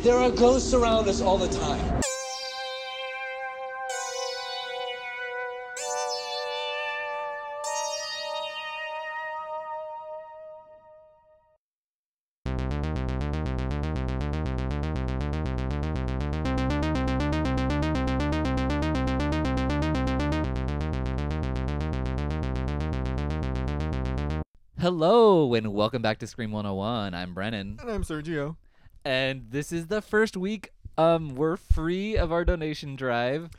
There are ghosts around us all the time. Hello and welcome back to Scream 101. I'm Brennan, And I'm Sergio. and this is the first week um we're free of our donation drive.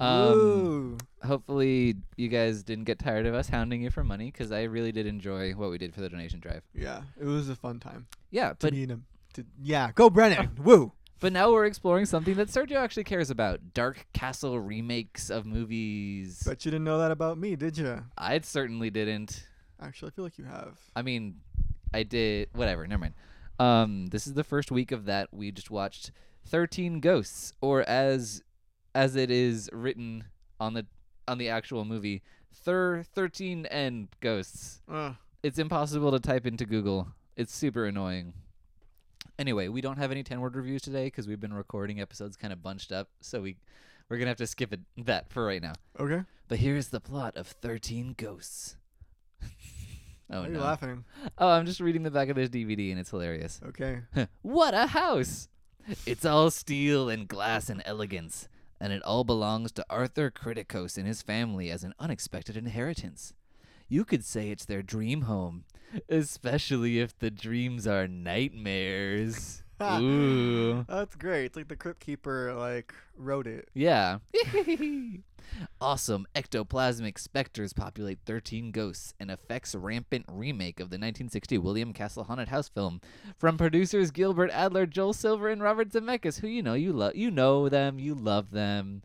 Um, Woo. hopefully you guys didn't get tired of us hounding you for money cuz I really did enjoy what we did for the donation drive. Yeah, it was a fun time. Yeah, To but meet him. To, yeah, go Brennan. Woo. but now we're exploring something that Sergio actually cares about, Dark Castle remakes of movies. But you didn't know that about me, did you? I certainly didn't. Actually, I feel like you have. I mean, I did whatever. Never mind. Um, this is the first week of that. We just watched Thirteen Ghosts, or as as it is written on the on the actual movie, Thir Thirteen and Ghosts. Uh, It's impossible to type into Google. It's super annoying. Anyway, we don't have any ten word reviews today because we've been recording episodes kind of bunched up, so we we're gonna have to skip it, that for right now. okay. But here is the plot of Thirteen Ghosts. oh Why are you no. laughing? Oh, I'm just reading the back of this DVD and it's hilarious. Okay. what a house! It's all steel and glass and elegance, and it all belongs to Arthur Criticos and his family as an unexpected inheritance. You could say it's their dream home, especially if the dreams are nightmares. Ooh. That's great. It's like the Crypt Keeper like wrote it. Yeah. awesome. Ectoplasmic specters populate 13 ghosts, an effects rampant remake of the 1960 William Castle haunted house film from producers Gilbert Adler, Joel Silver, and Robert Zemeckis, who you know you love. You know them. You love them.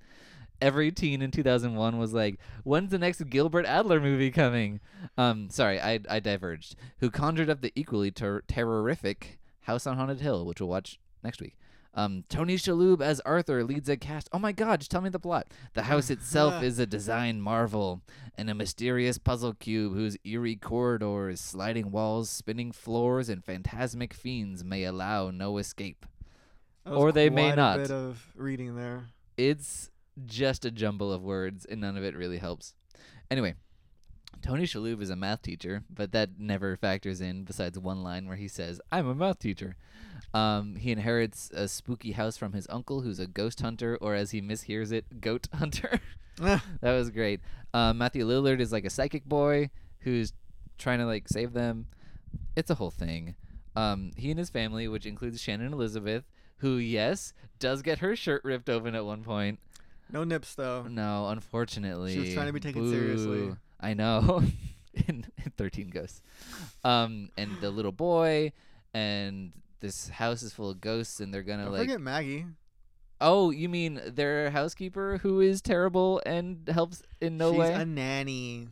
Every teen in 2001 was like, "When's the next Gilbert Adler movie coming?" Um, sorry, I, I diverged. Who conjured up the equally ter- terrorific House on Haunted Hill, which we'll watch next week. Um, Tony Shalhoub as Arthur leads a cast. Oh my God! Just tell me the plot. The house itself is a design marvel, and a mysterious puzzle cube whose eerie corridors, sliding walls, spinning floors, and phantasmic fiends may allow no escape. That was Or they may quite not. A bit of reading there. It's just a jumble of words, and none of it really helps. Anyway, Tony Shalhoub is a math teacher, but that never factors in. Besides one line where he says, "I'm a math teacher." Um, he inherits a spooky house from his uncle, who's a ghost hunter, or as he mishears it, goat hunter. that was great. Um, Matthew Lillard is like a psychic boy who's trying to like save them. It's a whole thing. Um, he and his family, which includes Shannon Elizabeth, who yes does get her shirt ripped open at one point. No nips though. No, unfortunately. She was trying to be taken seriously. Boo. I know. in, in 13 Ghosts. Um, and the little boy, and this house is full of ghosts, and they're gonna Don't like. forget Maggie. Oh, you mean their housekeeper who is terrible and helps in no She's way? a nanny.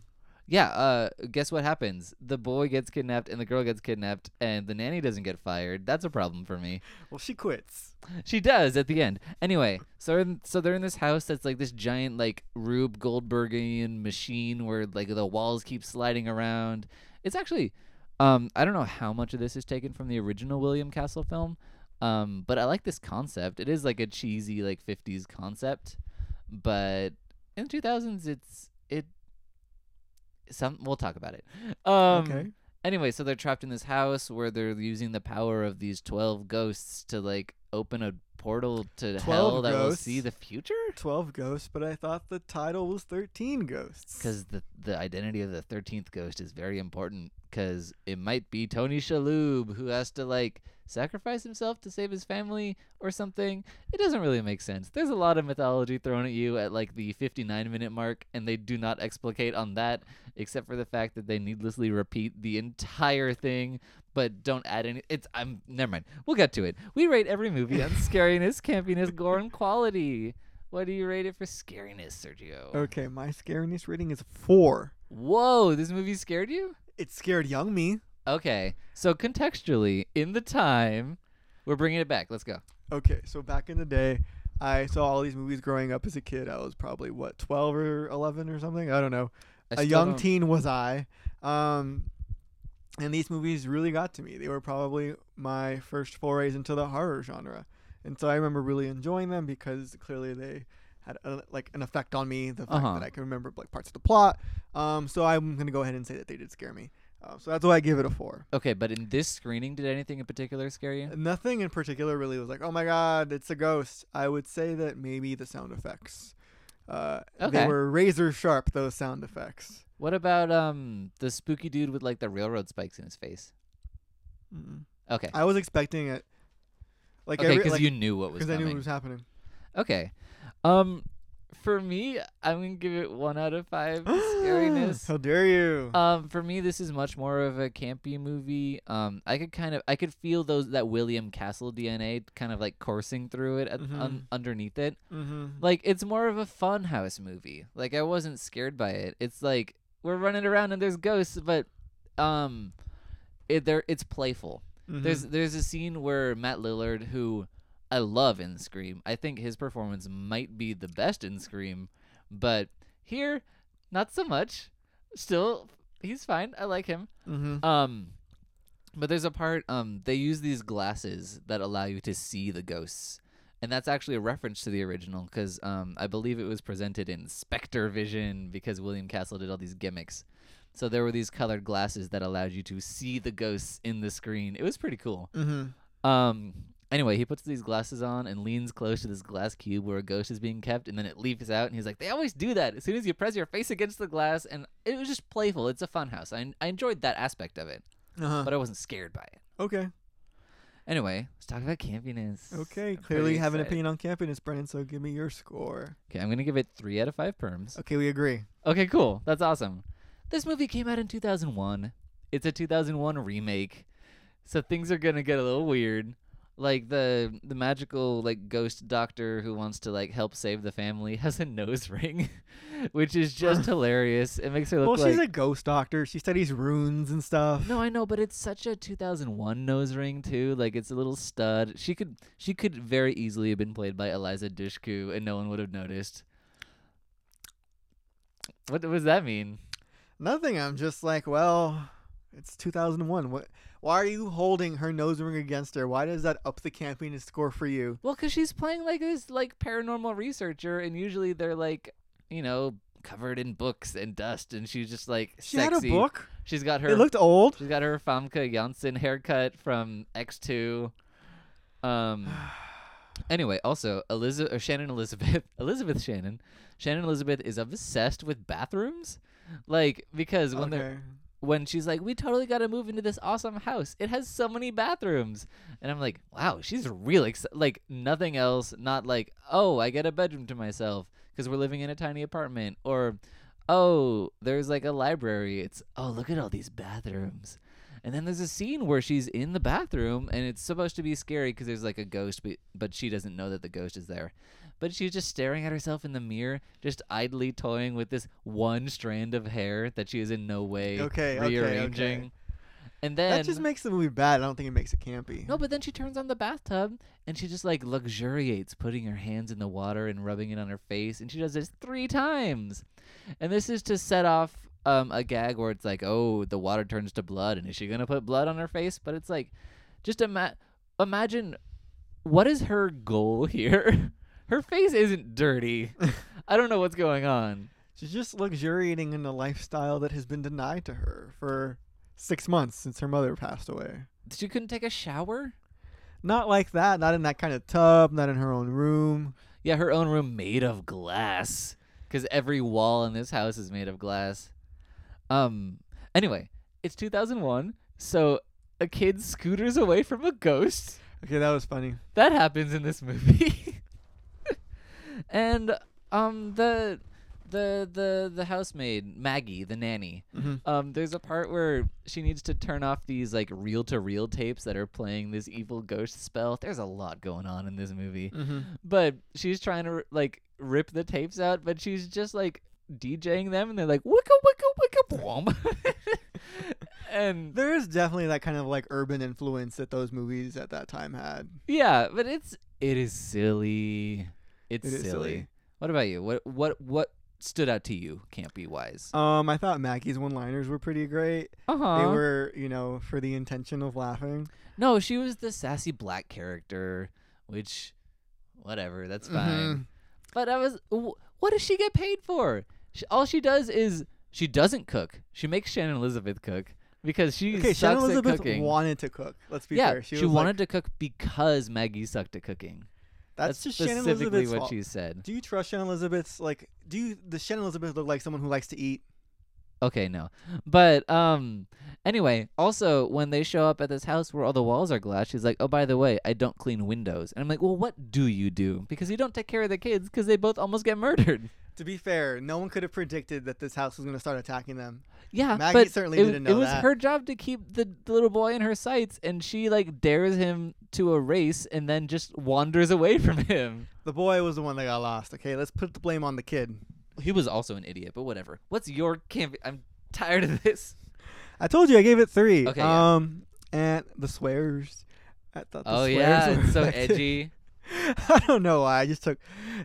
yeah. Uh, guess what happens? The boy gets kidnapped, and the girl gets kidnapped, and the nanny doesn't get fired. That's a problem for me. Well, she quits. She does at the end. Anyway, so in, so they're in this house that's like this giant like Rube Goldbergian machine where like the walls keep sliding around. It's actually, um, I don't know how much of this is taken from the original William Castle film, um, but I like this concept. It is like a cheesy like '50s concept, but in the 2000s it's it. Some we'll talk about it. Um, okay. anyway, so they're trapped in this house where they're using the power of these 12 ghosts to like open a portal to 12 hell that will see ghosts? the future 12 ghosts, but I thought the title was 13 ghosts. because the, the identity of the 13th ghost is very important because it might be Tony Shalhoub who has to like sacrifice himself to save his family or something. It doesn't really make sense. There's a lot of mythology thrown at you at like the 59 minute mark, and they do not explicate on that except for the fact that they needlessly repeat the entire thing. But don't add any. It's I'm never mind. We'll get to it. We rate every movie on scariness, campiness, gore, and quality. What do you rate it for scariness, Sergio? Okay, my scariness rating is 4. Whoa, this movie scared you? It scared young me. Okay. So contextually, in the time, we're bringing it back. Let's go. Okay, so back in the day, I saw all these movies growing up as a kid. I was probably what 12 or 11 or something. I don't know. I a still young don't- teen was I. Um and these movies really got to me. They were probably my first forays into the horror genre. and so I remember really enjoying them because clearly they had a, like an effect on me. The fact Uh-huh. that I can remember like parts of the plot. Um, so I'm gonna go ahead and say that they did scare me. Uh, so that's why I give it a four. Okay, but in this screening, did anything in particular scare you? Nothing in particular really was like, oh my god, it's a ghost. I would say that maybe the sound effects. Uh, Okay. They were razor sharp those sound effects. What about um the spooky dude with like the railroad spikes in his face? Mm. Okay, I was expecting it. Like okay, every- because like, you knew what was because I knew coming. it was happening. Okay, um, for me, I'm gonna give it one out of five scariness. How dare you? Um, for me, this is much more of a campy movie. Um, I could kind of, I could feel those that William Castle DNA kind of like coursing through it at, un, Mhm. underneath it. mm-hmm. Like it's more of a fun house movie. Like I wasn't scared by it. It's like we're running around and there's ghosts, but um, it there it's playful. mm-hmm, There's there's a scene where Matt Lillard, who I love in Scream, I think his performance might be the best in Scream, but here, not so much. Still, he's fine. I like him. mm-hmm. Um, but there's a part. Um, they use these glasses that allow you to see the ghosts, and that's actually a reference to the original because um, I believe it was presented in Spectre Vision because William Castle did all these gimmicks. So there were these colored glasses that allowed you to see the ghosts in the screen. It was pretty cool. Mm-hmm. Um. Anyway, he puts these glasses on and leans close to this glass cube where a ghost is being kept, and then it leaps out, and he's like, "They always do that. As soon as you press your face against the glass, and it was just playful. It's a fun house. I, I enjoyed that aspect of it, Uh-huh. but I wasn't scared by it. okay. Anyway, let's talk about campiness. Okay. I'm pretty Clearly, you have an excited. opinion on campiness, Brennan. So give me your score. Okay, I'm gonna give it three out of five perms. Okay, we agree. Okay, cool. That's awesome. This movie came out in 2001. It's a 2001 remake. So things are going to get a little weird. Like the the magical like ghost doctor who wants to like help save the family has a nose ring, which is just hilarious. It makes her Well, look she's a like ghost doctor. She studies runes and stuff. No, I know, but it's such a 2001 nose ring too. Like it's a little stud. She could she could very easily have been played by Eliza Dushku and no one would have noticed. What, what does that mean? Nothing. I'm just like, well, it's 2001. What? Why are you holding her nose ring against her? Why does that up the campiness score for you? Well, 'cause she's playing like this like paranormal researcher, and usually they're like, you know, covered in books and dust, and she's just like She sexy. had a book. She's got her. It looked old. she's got her Famke Janssen haircut from X Two. Um. Anyway, also Elizabeth or Shannon Elizabeth Elizabeth Shannon Shannon Elizabeth is obsessed with bathrooms, like because when they're okay. when she's like, "We totally got to move into this awesome house. It has so many bathrooms," and I'm like, "Wow, she's real ex- like nothing else. Not like, oh, I get a bedroom to myself because we're living in a tiny apartment, or oh, there's like a library. It's oh, look at all these bathrooms." And then there's a scene where she's in the bathroom, and it's supposed to be scary because there's like a ghost, but, but she doesn't know that the ghost is there. But she's just staring at herself in the mirror, just idly toying with this one strand of hair that she is in no way Okay, okay, okay. rearranging. And then That just makes the movie bad. I don't think it makes it campy. no, but then she turns on the bathtub and she just like luxuriates putting her hands in the water and rubbing it on her face. And she does this three times. And this is to set off um, a gag where it's like, oh, the water turns to blood. And is she going to put blood on her face? But it's like, just ima- imagine what is her goal here? her face isn't dirty. I don't know what's going on. She's just luxuriating in a lifestyle that has been denied to her for six months since her mother passed away. She couldn't take a shower? Not like that. Not in that kind of tub. Not in her own room. Yeah, her own room made of glass. Because every wall in this house is made of glass. Um. Anyway, it's 2001, so a kid scooters away from a ghost. Okay, that was funny. That happens in this movie. and um, the the the the housemaid Maggie, the nanny. Mm-hmm. Um, there's a part where she needs to turn off these like reel to reel tapes that are playing this evil ghost spell. There's a lot going on in this movie Mm-hmm. but she's trying to like rip the tapes out, but she's just like DJing them, and they're like wicka wicka wicka boom, and There is definitely that kind of like urban influence that those movies at that time had. yeah, but it's it is silly. It's It is silly. silly. What about you? What what what stood out to you campy wise? Um, I thought Maggie's one-liners were pretty great. Uh They huh. were, you know, for the intention of laughing. No, she was the sassy black character which, whatever, that's Mm-hmm. fine. But I was, wh- what does she get paid for? She, all she does is she doesn't cook. She makes Shannon Elizabeth cook because she Okay, sucks Shannon at Elizabeth cooking. wanted to cook. Let's be yeah, fair. she, was like, wanted to cook because Maggie sucked at cooking. That's, just Shannon specifically Elizabeth's what fault. she said. Do you trust Shannon Elizabeth's like? Do you does Shannon Elizabeth look like someone who likes to eat? Okay, no. But um anyway, also when they show up at this house where all the walls are glass, she's like, "Oh, by the way, I don't clean windows." And I'm like, "Well, what do you do?" Because you don't take care of the kids cuz they both almost get murdered. To be fair, no one could have predicted that this house was going to start attacking them. Yeah, Maggie but certainly it, didn't It know was that. her job to keep the, the little boy in her sights, and she like dares him to a race, and then just wanders away from him. The boy was the one that got lost. Okay, let's put the blame on the kid. He was also an idiot, but whatever. What's your camp? I'm tired of this. I told you I gave it three. Okay, yeah. Um, and the swears. I thought the oh swears yeah, were it's so effective. edgy. I don't know why. I just took.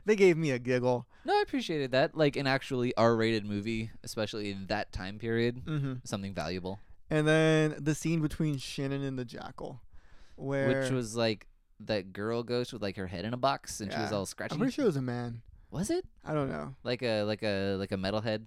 They gave me a giggle. No, I appreciated that. Like an actually R-rated movie, especially in that time period, Mm-hmm. something valuable, And then the scene between Shannon and the jackal, where which was like that girl ghost with like her head in a box, and she was Yeah. all I'm scratchy. pretty sure it was a man. Was it I don't know. like a like a like a metalhead?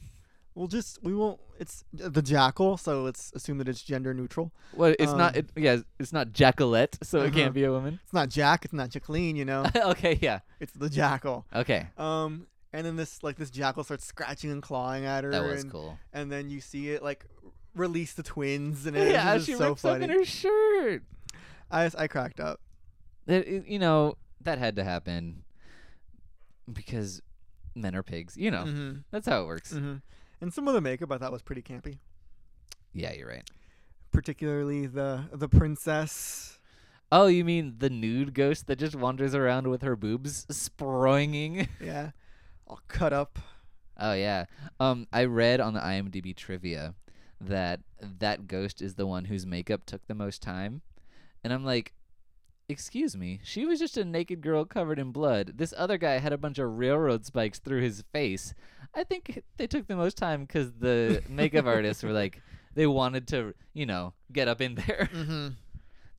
We'll just we won't. It's the jackal, so let's assume that it's gender neutral. Well, it's not. Um, It, yeah, it's not Jacqueline, so it Uh-huh. can't be a woman. It's not Jack. It's not Jacqueline. You know, okay, yeah, it's the jackal. okay, Um, and then this like this jackal starts scratching and clawing at her. that was and, cool. And then you see it like release the twins, and it's Yeah, just she so rips funny. open her shirt. I just- I cracked up. That i- you know that had to happen because men are pigs. You know Mm-hmm. that's how it works. Mm-hmm. And some of the makeup I thought was pretty campy, Yeah, you're right. particularly the the princess. Oh, you mean the nude ghost that just wanders around with her boobs sproinging? Yeah, all cut up. Oh yeah. Um, I read on the IMDb trivia that that ghost is the one whose makeup took the most time, and I'm like, excuse me, she was just a naked girl covered in blood. This other guy had a bunch of railroad spikes through his face. I think they took the most time because the makeup artists were like, they wanted to, you know, get up in there. Mm-hmm.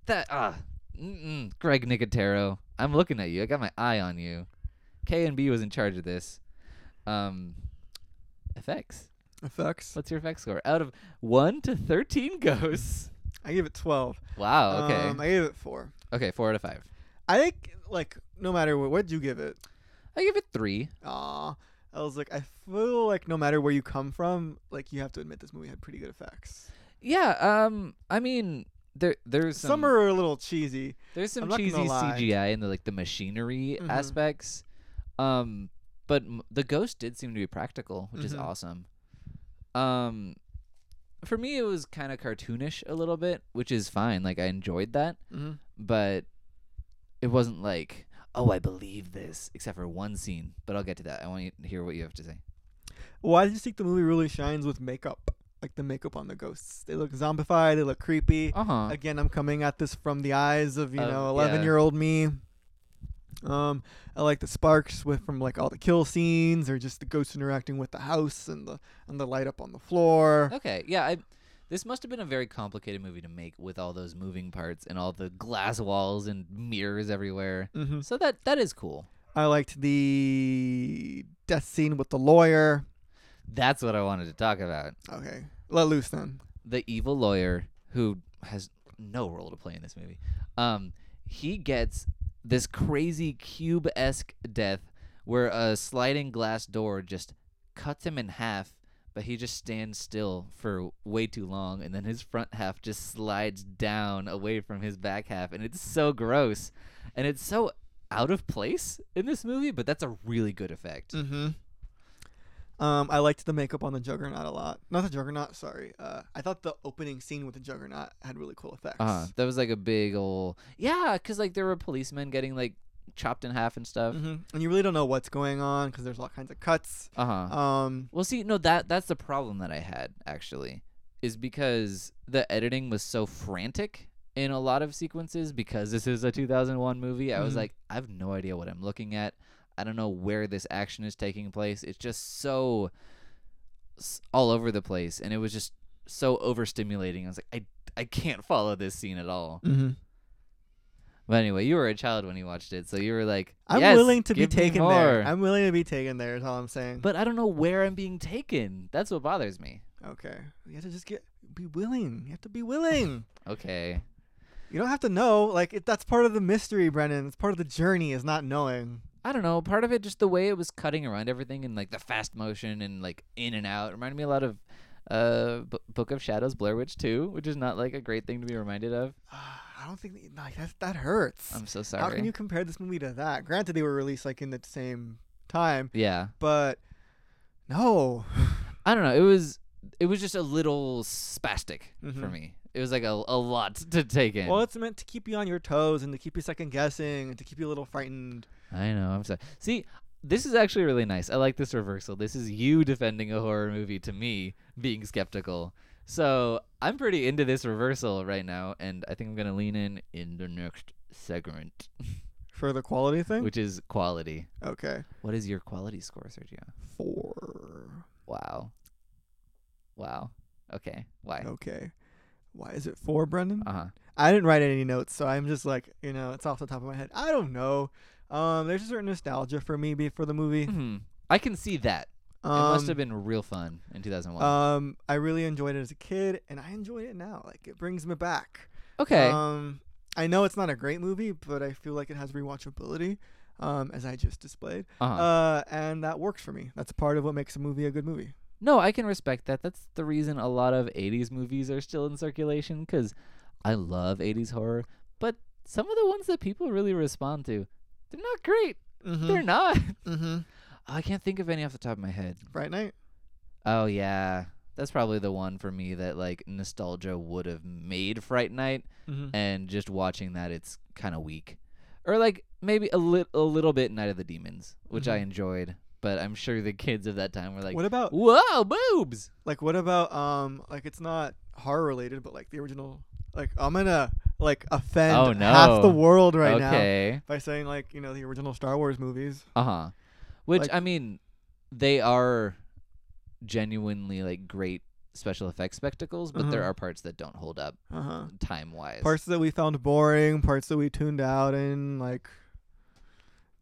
That ah, mm-mm, Greg Nicotero. I'm looking at you. I got my eye on you. K and B was in charge of this. Um, effects. Effects. What's your effects score? Out of one to thirteen ghosts. I gave it twelve. Wow. Okay. Um, I gave it four. okay. Four out of five. I think like no matter what, what'd you give it? I give it three. Aw, I was like, I feel like no matter where you come from, like you have to admit this movie had pretty good effects. Yeah. Um. I mean, there there's Some, some, are a little cheesy. there's I'm some not gonna cheesy lie. CGI and the like the machinery Mhm. aspects. Um. But m- the ghost did seem to be practical, which is Mhm. awesome. Um. For me, it was kind of cartoonish a little bit, which is fine. Like I enjoyed that. Mm-hmm. but it wasn't like oh i believe this except for one scene but i'll get to that i want you to hear what you have to say Why do you think the movie really shines with makeup? Like the makeup on the ghosts. They look zombified. They look creepy. uh-huh Again, I'm coming at this from the eyes of you Of- know, yeah. 11 year old me. Um, I like the sparks with from like all the kill scenes, or just the ghosts interacting with the house and the and the light up on the floor. okay yeah i this must have been a very complicated movie to make with all those moving parts and all the glass walls and mirrors everywhere Mm-hmm. so that that is cool I liked the death scene with the lawyer. that's what i wanted to talk about Okay, let loose then. the evil lawyer who has no role to play in this movie. Um, he gets this crazy cube esque death where a sliding glass door just cuts him in half, but he just stands still for way too long, and then his front half just slides down away from his back half, and it's so gross, and it's so out of place in this movie, but that's a really good effect. Mm-hmm. Um, I liked the makeup on the Juggernaut a lot. Not the Juggernaut, sorry. Uh, I thought the opening scene with the Juggernaut had really cool effects. Uh, that was like a big ol' yeah, cause like there were policemen getting like chopped in half and stuff. hmm And you really don't know what's going on because there's all kinds of cuts. Uh huh. Um, Well, see, no, that that's the problem that I had actually, is because the editing was so frantic in a lot of sequences. Because this is a 2001 movie, I was Mhm. like, I have no idea what I'm looking at. I don't know where this action is taking place. It's just so s- all over the place, and it was just so overstimulating. I was like, I I can't follow this scene at all. mm-hmm. But anyway, you were a child when you watched it, so you were like, I'm "Yes, willing to be give me taken more." there. I'm willing to be taken there. Is all I'm saying. but I don't know where I'm being taken. That's what bothers me. okay, you have to just get be willing. You have to be willing. Okay. you don't have to know. Like it, that's part of the mystery, Brennan. It's part of the journey is not knowing. I don't know. Part of it, just the way it was cutting around everything and like the fast motion and like in and out, reminded me a lot of uh, B- Book of Shadows, Blair Witch 2, which is not like a great thing to be reminded of. I don't think like that. That hurts. I'm so How sorry. can you compare this movie to that? Granted, they were released like in the same time, yeah, but no. I don't know. It was it was just a little spastic for Mhm. me. It was like a a lot to take in. Well, it's meant to keep you on your toes and to keep you second guessing and to keep you a little frightened. I know. I'm sorry. See, this is actually really nice. I like this reversal. This is you defending a horror movie to me being skeptical. So I'm pretty into this reversal right now, and I think I'm gonna lean in in the next segment, For the quality thing? which is quality. okay. Mm. What is your quality score, Sergio? Four. Wow. Wow. Okay. Why? Okay. Why is it four, Brendan? Uh huh. I didn't write any notes, so I'm just like, you know, it's off the top of my head. I don't know. Um, there's a certain nostalgia for me be- for the movie. hmm I can see that. Um, it must have been real fun in 2001. Um, I really enjoyed it as a kid, and I enjoy it now. Like it brings me back. okay. Um, I know it's not a great movie, but I feel like it has rewatchability, um, as I just displayed. uh-huh. Uh, and that works for me. That's part of what makes a movie a good movie. No, I can respect that. That's the reason a lot of 80s movies are still in circulation because I love 80s horror, but some of the ones that people really respond to, they're not great. Mm. They're not. Mm-hmm. I can't think of any off the top of my head. Fright Night. Oh, yeah. That's probably the one for me that like nostalgia would have made Fright Night, Mm-hmm. and just watching that, it's kind of weak. Or like maybe a, lit a little bit Night of the Demons, which I Mhm. enjoyed, but I'm sure the kids of that time were like, what about whoa, boobs! like what about um like it's not horror related, but like the original like I'm gonna like offend Oh, no. half the world right now okay. by saying like you know the original Star Wars movies. Uh huh. Which Like- I mean, they are genuinely like great special effects spectacles, but there Uh-huh. are parts that don't hold up Uh huh. time wise. Parts that we found boring, parts that we tuned out, and like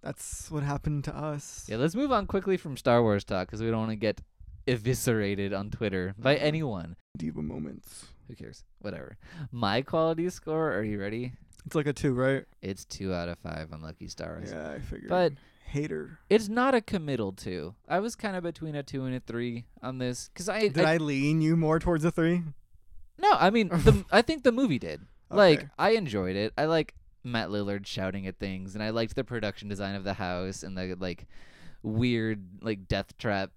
that's what happened to us. Yeah, let's move on quickly from Star Wars talk because we don't want to get eviscerated on Twitter by Mhm. anyone. Diva moments. Who cares? Whatever. My quality score. Are you ready? It's like a two, right? It's two out of five on Lucky Stars. Yeah, I figured. But hater. it's not a committal two. I was kind of between a two and a three on this because I, Did I, lean you more towards a three? No, I mean, the, I think the movie did. Like, Okay. I enjoyed it. I like Matt Lillard shouting at things, and I liked the production design of the house and the like weird like death trap,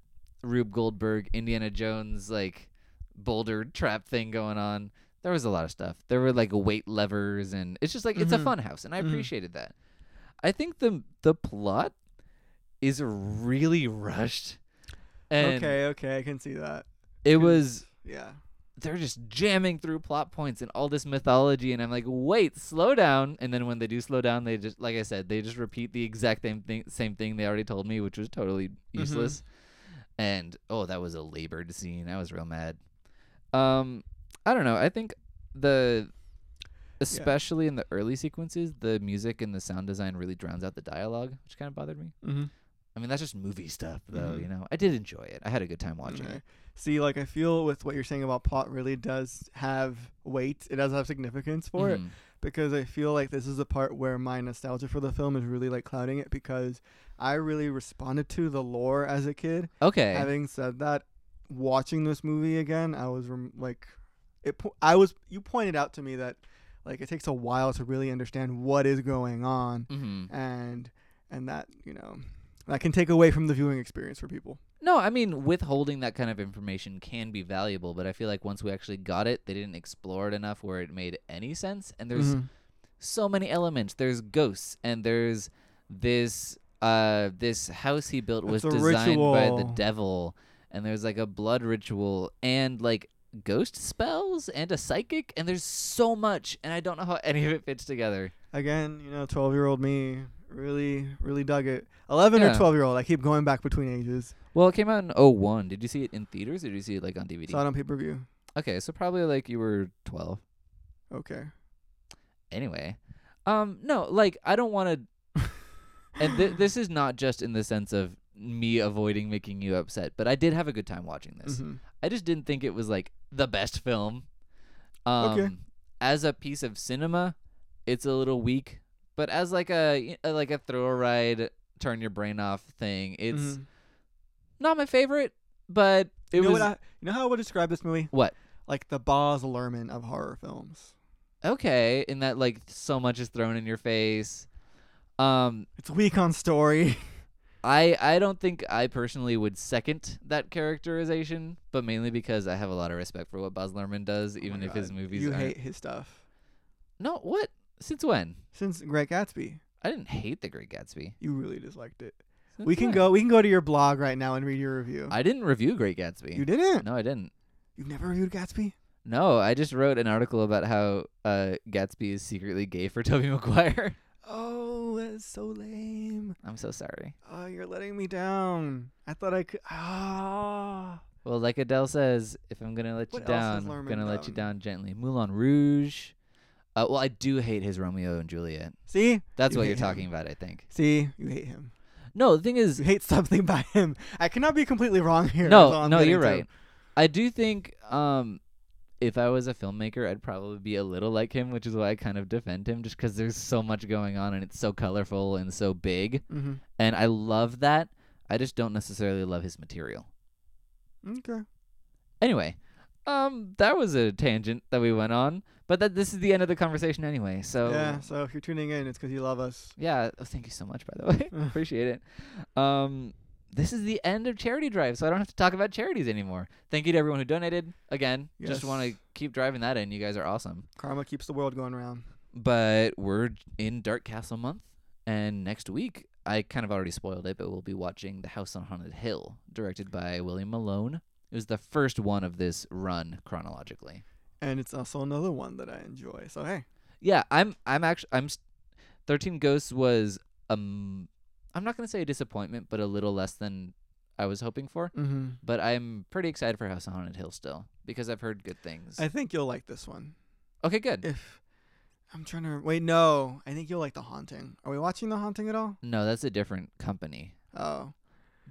Rube Goldberg, Indiana Jones like boulder trap thing going on. There was a lot of stuff. There were like weight levers, and it's just like it's a Mhm. fun house, and I Mhm. appreciated that. I think the the plot is really rushed, and okay, okay, I can see that. it 'cause- was Yeah. they're just jamming through plot points and all this mythology and i'm like wait slow down and then when they do slow down they just like i said they just repeat the exact same thing same thing they already told me which was totally useless and oh that was a labored scene i was real mad um i don't know i think the especially in the early sequences the music and the sound design really drowns out the dialogue which kind of bothered me Mm-hmm. i mean that's just movie stuff though Mhm. you know i did enjoy it i had a good time watching Mm-hmm. it See, like I feel with what you're saying about plot really does have weight. It does have significance for it Mhm. because I feel like this is the part where my nostalgia for the film is really like clouding it because I really responded to the lore as a kid. okay Having said that, watching this movie again, I was rem- like, it. Po- I was. You pointed out to me that, like, it takes a while to really understand what is going on, mm-hmm. and and that you know, that can take away from the viewing experience for people. No, I mean withholding that kind of information can be valuable, but I feel like once we actually got it, they didn't explore it enough where it made any sense. And there's Mhm. so many elements. There's ghosts, and there's this uh this house he built was It's a designed by the ritual. devil, and there's like a blood ritual and like ghost spells and a psychic, and there's so much, and I don't know how any of it fits together. again, you know, twelve year old me really really dug it. Eleven Yeah. or twelve year old, I keep going back between ages. Well, it came out in 01. Did you see it in theaters or did you see it like on DVD? Saw it on pay per view. okay, so probably like you were 12. Okay. Anyway, Um, no, like I don't want to. and th- this is not just in the sense of me avoiding making you upset, but I did have a good time watching this. Mhm. I just didn't think it was like the best film. Um, Okay. As a piece of cinema, it's a little weak, but as like a y- uh, like a thrill ride, turn your brain off thing, it's Mhm. not my favorite, but it you know was what I, you know how I would describe this movie? What? Like the Boz Lerman of horror films. okay. In that like so much is thrown in your face. Um, It's weak on story. I I don't think I personally would second that characterization, but mainly because I have a lot of respect for what Baz Luhrmann does, Oh my even if God. his movies You aren't. hate his stuff. No, what? Since when? Since Greg Gatsby, I didn't hate The Great Gatsby. you really disliked it. Since we can when? go. We can go to your blog right now and read your review. I didn't review Great Gatsby. you didn't. No, I didn't. You've never reviewed Gatsby. No, I just wrote an article about how uh, Gatsby is secretly gay for Toby Maguire. Oh, that's so lame. I'm so sorry. Oh, you're letting me down. I thought I could. Ah. Well, like Adele says, if I'm gonna let you What else has down, I'm Luhrmann gonna let you done? down gently. Moulin Rouge. Uh, well, I do hate his Romeo and Juliet. See. That's You what hate you're him. talking about, I think. See. You hate him. No, the thing is, You hate something by him. I cannot be completely wrong here. is all No, I'm no, getting you're to. right. I do think um, if I was a filmmaker, I'd probably be a little like him, which is why I kind of defend him, just because there's so much going on and it's so colorful and so big, Mhm. and I love that. I just don't necessarily love his material. Okay. Anyway, um, that was a tangent that we went on, but that this is the end of the conversation anyway. So Yeah. So if you're tuning in, it's because you love us. Yeah, oh, thank you so much, by the way. Appreciate it. Um, this is the end of charity drive, so I don't have to talk about charities anymore. Thank you to everyone who donated. Again, just want to Yes. keep driving that in. You guys are awesome. Karma keeps the world going round. But we're in Dark Castle month, and next week, I kind of already spoiled it, but we'll be watching The House on Haunted Hill, directed by William Malone. It was the first one of this run chronologically. And it's also another one that I enjoy. So hey. Yeah, I'm. I'm actually. I'm. s- Thirteen Ghosts was um. I'm not gonna say a disappointment, but a little less than I was hoping for. Mm-hmm. But I'm pretty excited for House on Haunted Hill still because I've heard good things. I think you'll like this one. okay, good. If I'm trying to wait, no, I think you'll like The Haunting. Are we watching The Haunting at all? no, that's a different company. Oh,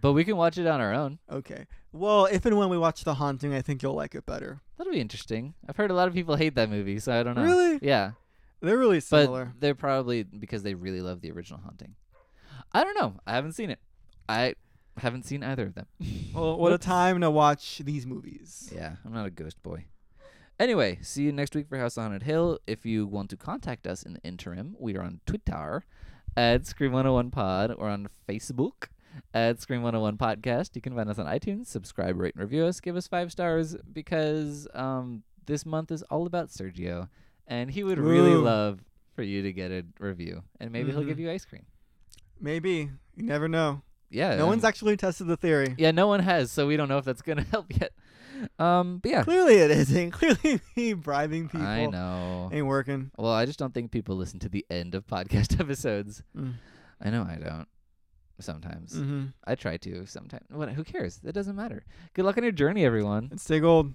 But we can watch it on our own. okay. Well, if and when we watch The Haunting, I think you'll like it better. That'll be interesting. I've heard a lot of people hate that movie, so I don't know. Really? Yeah, They're really but similar. they're probably because they really love the original Haunting. I don't know. I haven't seen it. I haven't seen either of them. well, what a Let's- time to watch these movies. Yeah, I'm not a ghost boy. Anyway, see you next week for House on Haunted Hill. If you want to contact us in the interim, we are on Twitter at Scream101Pod. We're on Facebook at Scream101 Podcast. You can find us on iTunes. Subscribe, rate, and review us. Give us five stars because um, this month is all about Sergio, and he would really Ooh. love for you to get a review, and maybe he'll Mhm. give you ice cream. Maybe. You never know. Yeah. No one's um, actually tested the theory. yeah, no one has, so we don't know if that's gonna help yet. Um, but yeah, Clearly it isn't. Clearly me bribing people I know. ain't working. Well, I just don't think people listen to the end of podcast episodes. Mm. I know I don't. Sometimes hmm I try to. Sometimes what? Who cares? It doesn't matter. Good luck on your journey, everyone. And stay gold.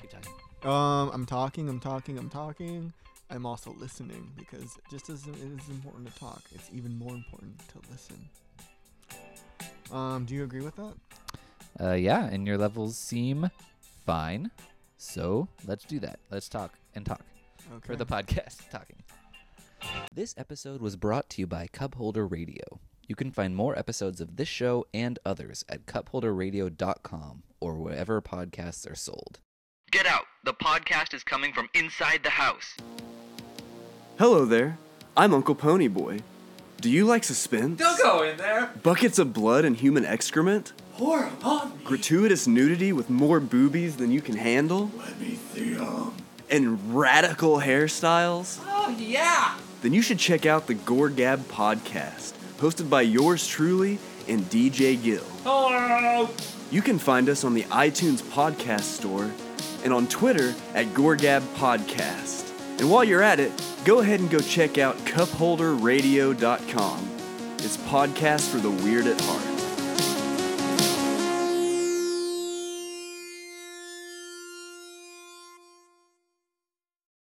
Keep talking. Um, I'm talking, I'm talking, I'm talking. I'm also listening because just as it is important to talk, it's even more important to listen. Um, do you agree with that? Uh, yeah, and your levels seem fine. So let's do that. Let's talk and talk Okay. for the podcast talking. This episode was brought to you by Cupholder Radio. You can find more episodes of this show and others at cupholderradio.com or wherever podcasts are sold. Get out! The podcast is coming from inside the house. Hello there. I'm Uncle Ponyboy. Do you like suspense? Don't go in there. Buckets of blood and human excrement? Pour upon me. Gratuitous nudity with more boobies than you can handle? Let me see um, 'em. And radical hairstyles? Oh, yeah! Then you should check out the Gore Gab podcast, hosted by yours truly and DJ Gill. Hello! You can find us on the iTunes Podcast Store and on Twitter at Gorgab Podcast. And while you're at it, go ahead and go check out cupholderradio.com. It's podcast for the weird at heart.